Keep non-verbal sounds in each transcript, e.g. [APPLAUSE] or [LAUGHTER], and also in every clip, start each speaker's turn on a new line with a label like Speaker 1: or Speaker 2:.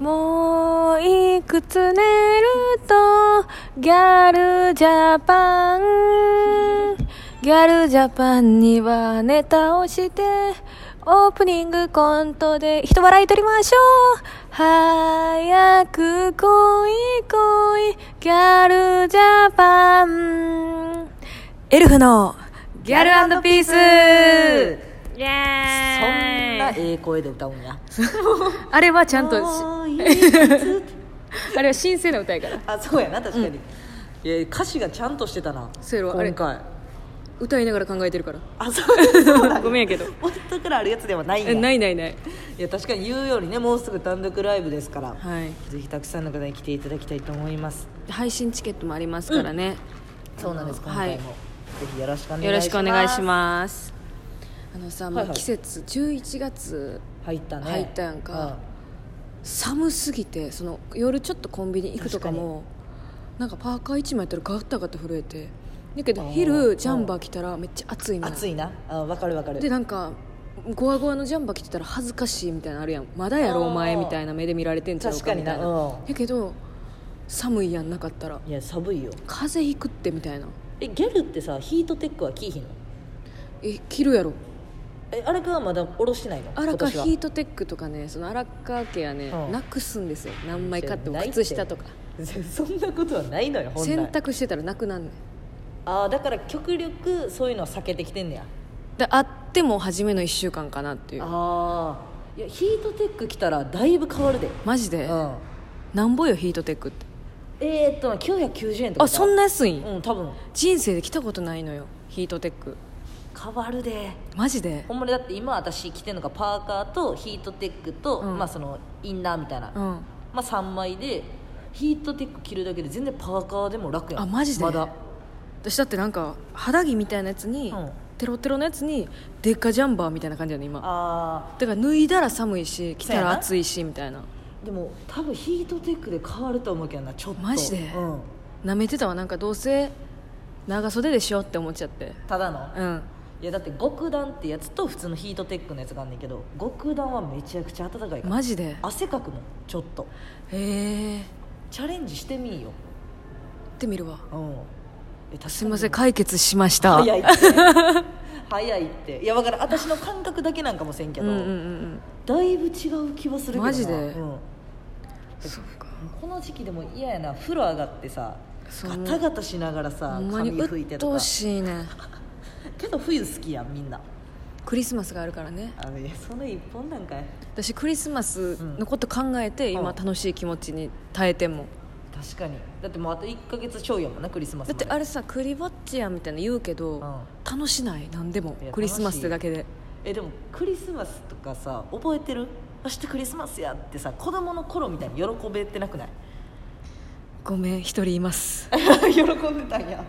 Speaker 1: もういくつ寝るとギャルジャパンギャルジャパンにはネタをしてオープニングコントで人笑い取りましょう早く来い来いギャルジャパンエルフのギャルピース
Speaker 2: イエ
Speaker 3: そんなええ声で歌うんや
Speaker 2: あれはちゃんとし
Speaker 3: もう
Speaker 2: [LAUGHS]
Speaker 3: いいつ
Speaker 2: あれは神聖な歌やから
Speaker 3: あそうやな確かに、いや歌詞がちゃんとしてたな
Speaker 2: そうやろあれ
Speaker 3: 今回
Speaker 2: [LAUGHS] 歌いながら考えてるから
Speaker 3: あそうそうだ
Speaker 2: ごめんやけど
Speaker 3: 本当からあるやつではないんや
Speaker 2: えないないない
Speaker 3: いや確かに言うようにねもうすぐ単独ライブですから、
Speaker 2: はい
Speaker 3: ぜひたくさんの方に来ていただきたいと思います
Speaker 2: 配信チケットもありますからね、
Speaker 3: そうなんです今
Speaker 2: はい
Speaker 3: 回も、ぜひよろしくお願いします
Speaker 2: よろしくお願いしますあのさ、も
Speaker 3: はいうはい
Speaker 2: 季節11月
Speaker 3: 入ったね
Speaker 2: 入ったやんか寒すぎてその夜ちょっとコンビニ行くとかもなんかパーカー1枚やったらガタガタ震えてだけど
Speaker 3: あー
Speaker 2: 昼ジャンバー着たらめっちゃ暑い
Speaker 3: うん
Speaker 2: な
Speaker 3: 暑いなあわかるわかる
Speaker 2: でなんかゴワゴワのジャンバー着てたら恥ずかしいみたいなのあるやんまだやろ
Speaker 3: あー
Speaker 2: お前みたいな目で見られてんちゃう
Speaker 3: 確か
Speaker 2: かみ
Speaker 3: に
Speaker 2: た
Speaker 3: ない
Speaker 2: な
Speaker 3: うん
Speaker 2: やけど寒いやんなかったら
Speaker 3: いや寒いよ
Speaker 2: 風邪ひくってみたいな
Speaker 3: えギャルってさヒートテックは着いひんの
Speaker 2: え着るやろ
Speaker 3: えあれかはまだ下ろしてないの
Speaker 2: 荒
Speaker 3: 今
Speaker 2: 川
Speaker 3: 年は
Speaker 2: ヒートテックとかねその荒川家はね、
Speaker 3: うん
Speaker 2: なくすんですよ何枚買っても
Speaker 3: ないって
Speaker 2: 靴下とか
Speaker 3: [LAUGHS] そんなことはないのよ本来
Speaker 2: 洗濯してたらなくなんねん
Speaker 3: ああだから極力そういうのは避けてきてんねや
Speaker 2: であっても初めの1週間かなっていう
Speaker 3: ああいやヒートテック着たらだいぶ変わるで
Speaker 2: マジで、
Speaker 3: うん
Speaker 2: なんぼよヒートテックって
Speaker 3: えー、っと990円とか
Speaker 2: あそん
Speaker 3: な
Speaker 2: な安いん、
Speaker 3: うん多分
Speaker 2: 人生で着たことないのよヒートテック
Speaker 3: 変わるで
Speaker 2: マジで
Speaker 3: ほんまにだって今私着てるのがパーカーとヒートテックと、
Speaker 2: うん
Speaker 3: まあそのインナーみたいな、
Speaker 2: う
Speaker 3: ま
Speaker 2: ん
Speaker 3: あ3枚でヒートテック着るだけで全然パーカーでも楽やん
Speaker 2: あマジで
Speaker 3: まだ
Speaker 2: 私だってなんか肌着みたいなやつに、
Speaker 3: うん
Speaker 2: テロテロのやつにデッカジャンバーみたいな感じやね今
Speaker 3: あ
Speaker 2: だから脱いだら寒いし着た
Speaker 3: そうや
Speaker 2: ら
Speaker 3: な
Speaker 2: 暑いしみたいな
Speaker 3: ーでも多分ヒートテックで変わると思うけどなちょっと
Speaker 2: マジで
Speaker 3: うん
Speaker 2: なめてたわなんかどうせ長袖でしょって思っちゃって
Speaker 3: ただの
Speaker 2: うん
Speaker 3: いやだって極暖ってやつと普通のヒートテックのやつがあんねんけど極暖はめちゃくちゃ暖かいから
Speaker 2: マジで
Speaker 3: 汗かくもんちょっと
Speaker 2: へえ行
Speaker 3: チャレンジしてみんよ
Speaker 2: ってみるわ
Speaker 3: うんえ確かに
Speaker 2: すいません解決しました
Speaker 3: 早いって [LAUGHS] 早いっていや分からん私の感覚だけなんかもせんけ
Speaker 2: うん
Speaker 3: ど、
Speaker 2: うんうん
Speaker 3: だいぶ違う気はするけどな
Speaker 2: マジで
Speaker 3: うん、
Speaker 2: そうか
Speaker 3: この時期でも嫌やな風呂上がってさ
Speaker 2: そう
Speaker 3: ガタガタしながらさ
Speaker 2: ほんま
Speaker 3: 髪
Speaker 2: に
Speaker 3: 拭い
Speaker 2: 鬱
Speaker 3: てと
Speaker 2: 陶
Speaker 3: か
Speaker 2: しいね
Speaker 3: けど冬好きやんみんな
Speaker 2: クリスマスがあるからね
Speaker 3: あのいやその一本なんかい
Speaker 2: 私クリスマスのこと考えて、今
Speaker 3: うん
Speaker 2: 楽しい気持ちに耐えてんもん
Speaker 3: 確かにだってもうあと1か月ちょいやもんなクリスマス
Speaker 2: だ
Speaker 3: ま
Speaker 2: っ
Speaker 3: で
Speaker 2: てあれさクリぼっちやみたいな言うけど、
Speaker 3: うん
Speaker 2: 楽しない何でも
Speaker 3: いや
Speaker 2: クリスマスってだけで
Speaker 3: えでもクリスマスとかさ覚えてる明日クリスマスやってさ子供の頃みたいに喜べてなくない
Speaker 2: [LAUGHS] ごめん一人います
Speaker 3: 喜んでたんや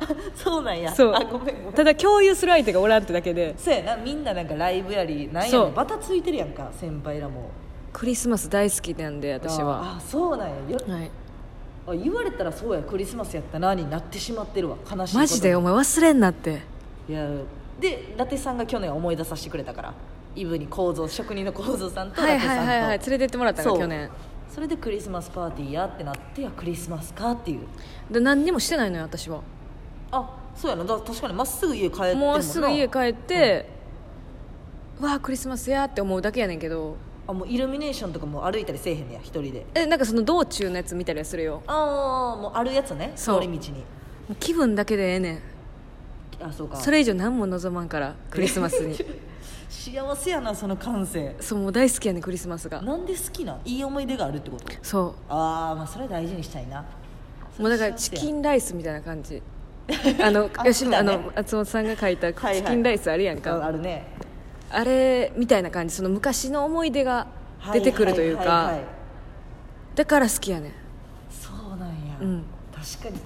Speaker 3: あ [LAUGHS] そうなんや
Speaker 2: そう
Speaker 3: あごめんごめん
Speaker 2: ただ共有する相手がおらんってだけで
Speaker 3: そうやなみんななんかライブやりなんや
Speaker 2: そ
Speaker 3: ね
Speaker 2: うん
Speaker 3: バタついてるやんか先輩らも
Speaker 2: クリスマス大好きなんで私は
Speaker 3: ああそうなんやよ
Speaker 2: はい
Speaker 3: あ言われたらそうやクリスマスやったなになってしまってるわ悲しいことに
Speaker 2: マジでお前忘れんなって
Speaker 3: いやで伊達さんが去年思い出させてくれたからイブに構造職人の構造さんと伊
Speaker 2: はい
Speaker 3: 達さ
Speaker 2: は
Speaker 3: ん
Speaker 2: い
Speaker 3: と、
Speaker 2: はいはい連れてってもらったの
Speaker 3: そう
Speaker 2: 去年
Speaker 3: それでクリスマスパーティーやってなっていやクリスマスかっていう
Speaker 2: で何にもしてないのよ私は
Speaker 3: あそうやなだ確かにまっすぐ家帰ってるもんな
Speaker 2: もうすぐ家帰って、わあクリスマスやって思うだけやねんけど
Speaker 3: あもうイルミネーションとかもう歩いたりせえへんねや一人で
Speaker 2: えなんかその道中のやつ見たりはするよ
Speaker 3: ああもうあるやつね
Speaker 2: そう
Speaker 3: 通り道に
Speaker 2: もう気分だけでええねん
Speaker 3: あそうか
Speaker 2: それ以上何も望まんからクリスマ
Speaker 3: [LAUGHS]
Speaker 2: スに
Speaker 3: 幸せやなその感性
Speaker 2: そうもう大好きやねんクリスマスが
Speaker 3: なんで好きなんいい思い出があるってこと
Speaker 2: そ
Speaker 3: ああまあそれは大事にしたいな
Speaker 2: うもうだからチキンライスみたいな感
Speaker 3: [LAUGHS]
Speaker 2: じあの吉
Speaker 3: 見た
Speaker 2: 村、
Speaker 3: ね
Speaker 2: あの松本さんが書いた
Speaker 3: はい
Speaker 2: チキンライスあるやんか、
Speaker 3: ああるね
Speaker 2: あれみたいな感じその昔の思い出が出てくるという
Speaker 3: ははは
Speaker 2: か
Speaker 3: いはい
Speaker 2: だから好きやねん
Speaker 3: そうなんや、
Speaker 2: うん
Speaker 3: 確かに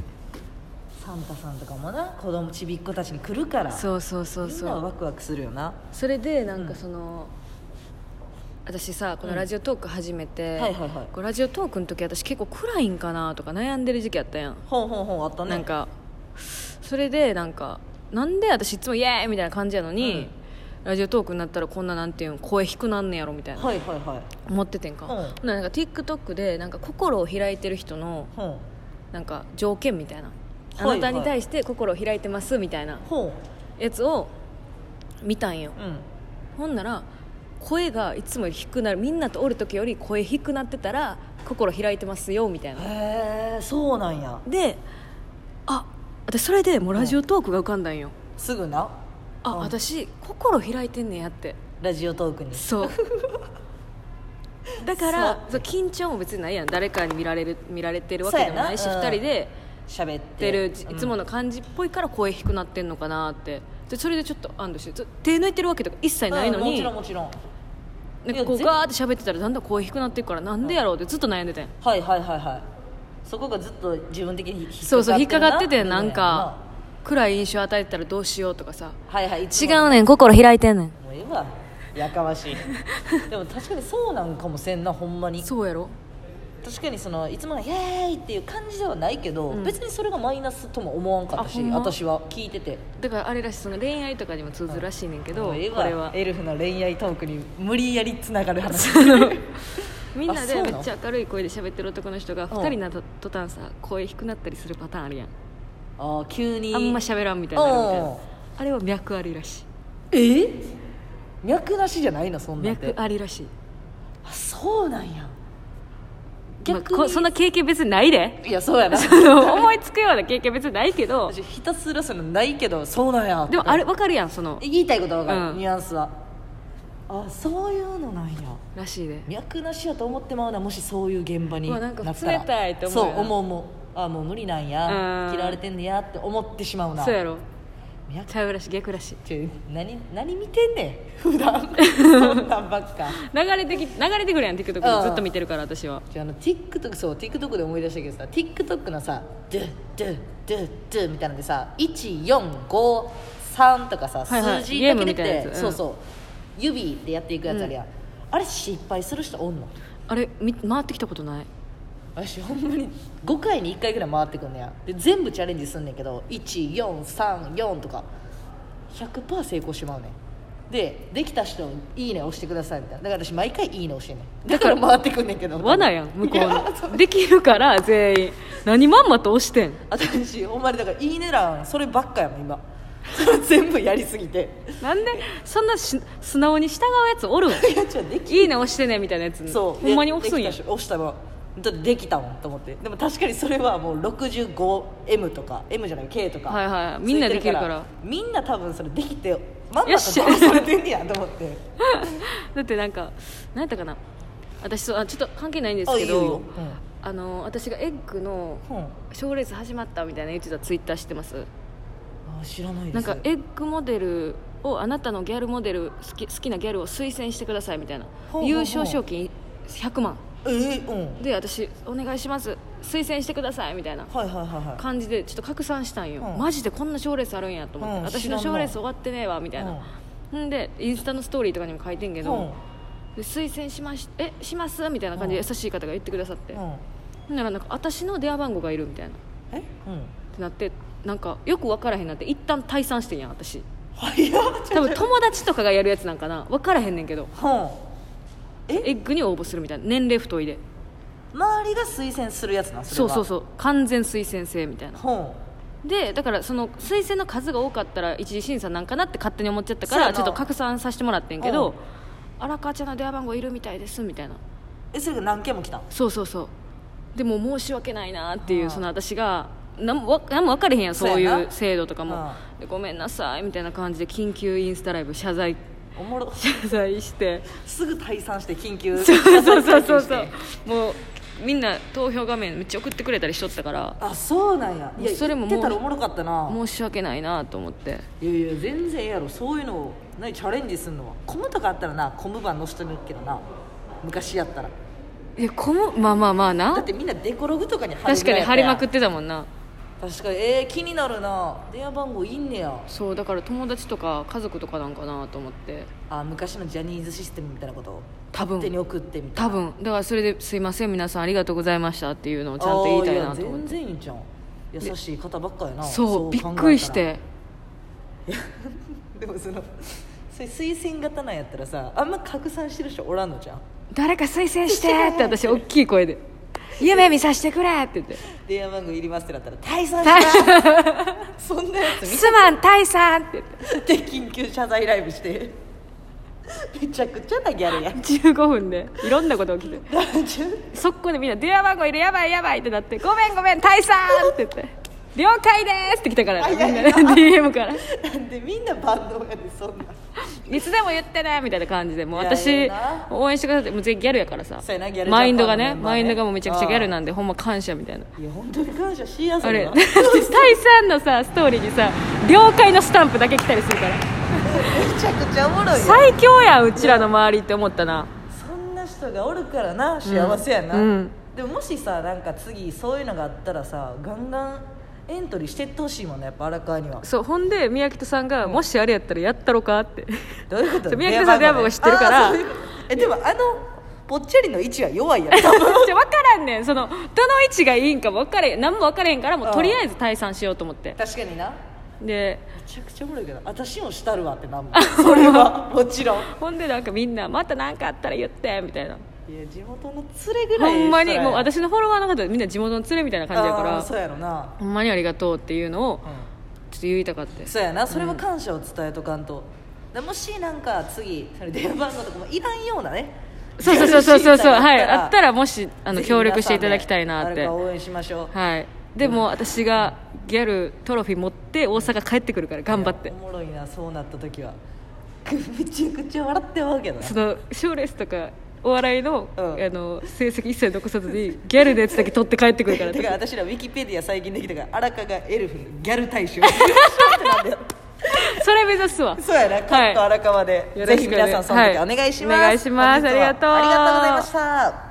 Speaker 3: サンタさんとかもな子供ちびっ子たちに来るから
Speaker 2: そうそうそう
Speaker 3: みん
Speaker 2: そ
Speaker 3: なは
Speaker 2: う
Speaker 3: ワクワクするよな
Speaker 2: それでなんかその、私さこのラジオトーク始めて、
Speaker 3: うんはいはいはい
Speaker 2: こうラジオトークの時私結構暗いんかなとか悩んでる時期あったやん、
Speaker 3: ほんほんほんあったね
Speaker 2: なんかそれでなんかなんで私いつもイエーイみたいな感じやのに、ラジオトークになったらこんななんていうん声低くなんねやろみたいな
Speaker 3: はいはいはい
Speaker 2: 思っててんか、
Speaker 3: うん
Speaker 2: ほんならなんか TikTok でなんか心を開いてる人の
Speaker 3: ほん
Speaker 2: なんか条件みたいな、
Speaker 3: はいはい
Speaker 2: あなたに対して心を開いてますみたいな
Speaker 3: ほ
Speaker 2: やつを見たんよ
Speaker 3: ううん
Speaker 2: ほんなら声がいつもより低くなるみんなとおる時より声低くなってたら心開いてますよみたいな
Speaker 3: へえそうなんや
Speaker 2: であ私それでもうラジオトークが浮かんだんよ、
Speaker 3: すぐな
Speaker 2: あ
Speaker 3: うん
Speaker 2: 私心開いてんねやって
Speaker 3: ラジオトーク
Speaker 2: [LAUGHS]
Speaker 3: に
Speaker 2: そうだからそう緊張も別にないやん誰かに見られる見られてるわけでもないし、
Speaker 3: そう
Speaker 2: 二
Speaker 3: やな
Speaker 2: 2人で
Speaker 3: 喋っ
Speaker 2: やっててるいつも
Speaker 3: の、
Speaker 2: の感じっぽいから声低くなってんのかなってでそれでちょっと安堵してちょ手抜いてるわけとか一切
Speaker 3: うん
Speaker 2: ないの
Speaker 3: も
Speaker 2: に、
Speaker 3: ちろんもちろん
Speaker 2: なんかこ
Speaker 3: いうや
Speaker 2: ガーって喋ってたらだんだん声低くなっていくからなんでやろうってずっと悩んでてん
Speaker 3: はいはいはいはいそこがずっと自分的に引っかかってるな
Speaker 2: そうそう引っかかっててなんか
Speaker 3: な
Speaker 2: 暗い印象与えてたらどうしようとかさ
Speaker 3: はいはい
Speaker 2: 違うねん心開いてんねん
Speaker 3: もうええわやかましいでも確かにそうなんかもせんなほんまに
Speaker 2: そうやろ
Speaker 3: 確かにそのいつもの「イエーイ!」っていう感じではないけど、
Speaker 2: ん
Speaker 3: 別にそれがマイナスとも思わんかった
Speaker 2: あ
Speaker 3: し、
Speaker 2: ほんま
Speaker 3: 私は聞いてて
Speaker 2: だからあれらしいその恋愛とかにも通ずるらしいねんけど、
Speaker 3: もうええわ
Speaker 2: これは
Speaker 3: エルフの恋愛トークに無理やりつながる
Speaker 2: [LAUGHS]
Speaker 3: 話
Speaker 2: みんな
Speaker 3: あそ
Speaker 2: で
Speaker 3: うな
Speaker 2: め
Speaker 3: の
Speaker 2: っちゃ明るい声で喋ってる男の人が2人になった途端さ声低くなったりするパターンあるやん
Speaker 3: ああ急に
Speaker 2: あんま喋らんみたいになるみたい
Speaker 3: うん
Speaker 2: なあれは脈ありらしい
Speaker 3: え脈なしじゃないのそんなんて
Speaker 2: 脈ありらしい
Speaker 3: あそうなんや
Speaker 2: まあ
Speaker 3: 逆に、
Speaker 2: こそんな経験別にないで
Speaker 3: いやそうやな
Speaker 2: あの [LAUGHS] 思いつくような経験別にないけど
Speaker 3: 私ひたすらそのないけどそうなんや
Speaker 2: でもあれ分かるやんその
Speaker 3: 言いたいことは分かる、
Speaker 2: うん
Speaker 3: ニュアンスはあそういうのなんや
Speaker 2: らしいで
Speaker 3: 脈なしやと思ってまうなもしそういう現場に
Speaker 2: う
Speaker 3: な
Speaker 2: わ
Speaker 3: っ
Speaker 2: なん
Speaker 3: た
Speaker 2: から冷たいと思うよ
Speaker 3: そう思う思うあもう無理なんや
Speaker 2: うん
Speaker 3: 嫌われてんねやって思ってしまうな
Speaker 2: そうやろ
Speaker 3: 脈
Speaker 2: ちゃうらしい逆らしい
Speaker 3: ちょ何何見てんねん [LAUGHS] 普段そんなんばっか
Speaker 2: 流れてき流れてくるやん TikTok
Speaker 3: う
Speaker 2: で
Speaker 3: ん
Speaker 2: ずっと見てるから私は
Speaker 3: じゃああの TikTok そう TikTok で思い出したけどさ TikTok のさ「ドゥドゥドゥドゥ」みたいなんでさ1453とかさ、
Speaker 2: はいはい
Speaker 3: 数字だ
Speaker 2: ゲー
Speaker 3: け
Speaker 2: ム
Speaker 3: 出
Speaker 2: みたいな
Speaker 3: て
Speaker 2: や、つうん
Speaker 3: そうそう指でやっていくやつあるやん、あれ失敗する人おんの
Speaker 2: あれみ回ってきたことない
Speaker 3: 私ほんまに5回に1回ぐらい回ってくんねやで全部チャレンジすんねんけど1434とか100%成功しまうねんでできた人「いいね」押してくださいみたいなだから私毎回「いいね」押してんねんだから回ってくんねんけど
Speaker 2: 罠やん向こ
Speaker 3: いや
Speaker 2: うのできるから全員何まんまと押してん
Speaker 3: 私ほんまにだから「いいね」欄そればっかやもん今それ全部やりすぎて
Speaker 2: なんでそんなし素直に従うやつ [LAUGHS] おるん
Speaker 3: いやちょでき
Speaker 2: いいね押してねみたいなやつ
Speaker 3: そう
Speaker 2: ほんまに押すんや
Speaker 3: できたし押したもんだってできたもんと思ってでも確かにそれはもう 65M とか M じゃない K とか
Speaker 2: はいはい
Speaker 3: ついて
Speaker 2: みんなできるから
Speaker 3: みんな多分それできてまんま
Speaker 2: よ
Speaker 3: と
Speaker 2: っしゃ
Speaker 3: 騙されてんねやと思って
Speaker 2: だってなんか何やったかな私そうあちょっと関係ないんです
Speaker 3: あい
Speaker 2: け
Speaker 3: いよいいよ
Speaker 2: どあの私がエッグの
Speaker 3: うん、うん
Speaker 2: 賞レース始まったみたいな言ってたツイッター知ってます
Speaker 3: あ知らないです
Speaker 2: なんかエッグモデルをあなたのギャルモデル好き好きなギャルを推薦してくださいみたいな
Speaker 3: ほうほうほう
Speaker 2: 優勝賞金100万
Speaker 3: えー、うん
Speaker 2: で私お願いします推薦してくださいみたいな
Speaker 3: はいはいはいは
Speaker 2: 感じでちょっと拡散したんよ、
Speaker 3: うん
Speaker 2: マジでこんな賞レースあるんやと思って、
Speaker 3: うん
Speaker 2: 私
Speaker 3: 知らん
Speaker 2: の
Speaker 3: な
Speaker 2: 賞レース終わってねえわみたいな、んでインスタのストーリーとかにも書いてんけ
Speaker 3: い
Speaker 2: ど、
Speaker 3: うん
Speaker 2: で推薦しましえしますみたいな感じで
Speaker 3: う
Speaker 2: 優しい方が言ってくださって、
Speaker 3: うん
Speaker 2: ほんならなんか私の電話番号がいるみたいなっ
Speaker 3: えうん
Speaker 2: てなってなんかよく分からへんなって一旦退散してんやん私
Speaker 3: 早っ
Speaker 2: 多分友達とかがやるやつなんかな分からへんねんけど
Speaker 3: う
Speaker 2: エッグに応募するみたいな年齢太いで
Speaker 3: ん周りが推薦するやつなん
Speaker 2: そうそう
Speaker 3: う
Speaker 2: そう完全推薦制みたいな
Speaker 3: ほ
Speaker 2: でだからその推薦の数が多かったら一次審査なんかなって勝手に思っちゃったか
Speaker 3: そうや
Speaker 2: ら
Speaker 3: な
Speaker 2: ちょっと拡散させてもらってんけ
Speaker 3: うん
Speaker 2: ど荒川ちゃんの電話番号いるみたいですみたいな
Speaker 3: うえそれが何件も来たん
Speaker 2: そうそうそうでもう申し訳ないなってい
Speaker 3: うん
Speaker 2: うその私が何もわ何も分かれへんやんそうい
Speaker 3: そうや
Speaker 2: う
Speaker 3: な
Speaker 2: 制度とかもでごめんなさいみたいな感じで緊急インスタライブ謝罪
Speaker 3: おもろ
Speaker 2: 謝罪して
Speaker 3: すぐ退散して緊急
Speaker 2: そうそうそうそうそ
Speaker 3: 緊急して
Speaker 2: うもうみんな投票画面めっちゃ送ってくれたりしとったから
Speaker 3: あそうなんやいや
Speaker 2: それももう
Speaker 3: 言ってたらおもろかったな
Speaker 2: 申し訳ないなと思って
Speaker 3: いやいや全然ええやろそういうのを何チャレンジするのはコムとかあったらなコム版のしてるけどな昔やったら
Speaker 2: いやこのまあまあまあ
Speaker 3: だっ
Speaker 2: な
Speaker 3: てみんなデコログとかに貼る
Speaker 2: 確かに張りまくっててたもんな
Speaker 3: 確かにえー、気になるな電話番号いんねや
Speaker 2: そうだから友達とか家族とかなんかなと思って
Speaker 3: あ昔のジャニーズシステムみたいなことを
Speaker 2: 多
Speaker 3: 手に
Speaker 2: 分
Speaker 3: 送ってみたい
Speaker 2: 多
Speaker 3: な
Speaker 2: 分だからそれで「すいません皆さんありがとうございました」っていうのをちゃんと言いたい
Speaker 3: あ
Speaker 2: な
Speaker 3: ー
Speaker 2: と思っ
Speaker 3: 全
Speaker 2: て
Speaker 3: 然いいじゃん優しい方ばっかやな
Speaker 2: そう
Speaker 3: 考え
Speaker 2: び
Speaker 3: た
Speaker 2: っ
Speaker 3: ら
Speaker 2: くりして
Speaker 3: でもそのそれ推薦型なんやったらさあんま拡散してる人おらんのじゃん
Speaker 2: 誰か推薦してって私大きい声で [LAUGHS] 夢見させてくれって [LAUGHS] 言って
Speaker 3: 電話番号いりますってなったら退散したそんなや
Speaker 2: [LAUGHS]
Speaker 3: つ
Speaker 2: すまんタイさんって
Speaker 3: 見て緊急謝罪ライブしてめちゃくちゃなギャルやん
Speaker 2: 言って15分でいろんなこと起きて
Speaker 3: 大丈夫
Speaker 2: 速攻でみんな電話番号いるやばいやばいってなってごめんごめんタイさんって言って了解ですって来たからみんなね DM から
Speaker 3: なんでみんなバンドやでそんない
Speaker 2: つでも言ってねみたいな感じでもう
Speaker 3: いやええ
Speaker 2: 私
Speaker 3: な
Speaker 2: 応援してくださいもう全ギャルやからさ
Speaker 3: そうやなギャルジャパン
Speaker 2: マインドが
Speaker 3: の
Speaker 2: ね
Speaker 3: メンバーね
Speaker 2: マインドがもうめちゃくちゃギャルなんでほんま感謝みたいない
Speaker 3: や本当に感謝しやす
Speaker 2: あ
Speaker 3: い
Speaker 2: れ [LAUGHS]
Speaker 3: な
Speaker 2: タイさんのさストーリーにさ了解のスタンプだけ来たりするから
Speaker 3: めちゃくちゃおもろいよ
Speaker 2: 最強やんうちらの周りって思ったな
Speaker 3: そんな人がおるからな幸せやな、
Speaker 2: うん
Speaker 3: でももしさなんか次そういうのがあったらさガンガンエントリーしてってほしいもんねやっぱ荒川には
Speaker 2: そうほんで宮北さんがもしあれやったらやったろかって
Speaker 3: どういうこ
Speaker 2: そ
Speaker 3: と
Speaker 2: う宮城さん電話番号知ってるから
Speaker 3: あーそういうえでもあのぽっちゃりの位置は弱い
Speaker 2: [LAUGHS]
Speaker 3: やん
Speaker 2: じゃ分からんねんそのどの位置がいいんか分かれ何も分からへんからもうとりあえず退散しようと思って
Speaker 3: 確かにな
Speaker 2: で
Speaker 3: めちゃくちゃおもろいけど私もしたるわってなんもんそれはもちろん
Speaker 2: ほんでなんかみんなまた何かあったら言ってみたいない
Speaker 3: や地元の連れぐらい
Speaker 2: ほんまに
Speaker 3: したら
Speaker 2: もう私のフォロワーの方みんな地元の連れみたいな感じやか
Speaker 3: あーそう
Speaker 2: ら
Speaker 3: やろな、
Speaker 2: ほんまにありがとうっていうのを
Speaker 3: うん
Speaker 2: ちょっと言いたかった
Speaker 3: そうやなそれは感謝を伝えとかんと、でもしなんか次それ電話番号とかもいらんようなね
Speaker 2: そうそうそうそうそうそう
Speaker 3: やる
Speaker 2: はい
Speaker 3: シーン
Speaker 2: あったらもしあの
Speaker 3: ぜひ
Speaker 2: 協力していただきたいなっ
Speaker 3: 皆
Speaker 2: て
Speaker 3: さんで誰か応援しましょう
Speaker 2: はいでも私がギャルトロフィー持って大阪帰ってくるから頑張って
Speaker 3: おもろいなそうなった時はめちゃくちゃ笑ってまうけどな
Speaker 2: その賞レースとかお笑いの,、
Speaker 3: うん
Speaker 2: あの成績一切残さずにギャルのやつだけ取って帰ってくるから
Speaker 3: [LAUGHS] だから私らウィキペディア最近できたから荒川がエルフのギャル
Speaker 2: [LAUGHS]
Speaker 3: 大賞
Speaker 2: それ目指すわ
Speaker 3: そうやなカット荒川で、
Speaker 2: よろしくね
Speaker 3: ぜひ皆さんその時お願いしま
Speaker 2: は
Speaker 3: す、
Speaker 2: いお願いします
Speaker 3: 本日
Speaker 2: あり
Speaker 3: は
Speaker 2: がとう
Speaker 3: ありがとうございました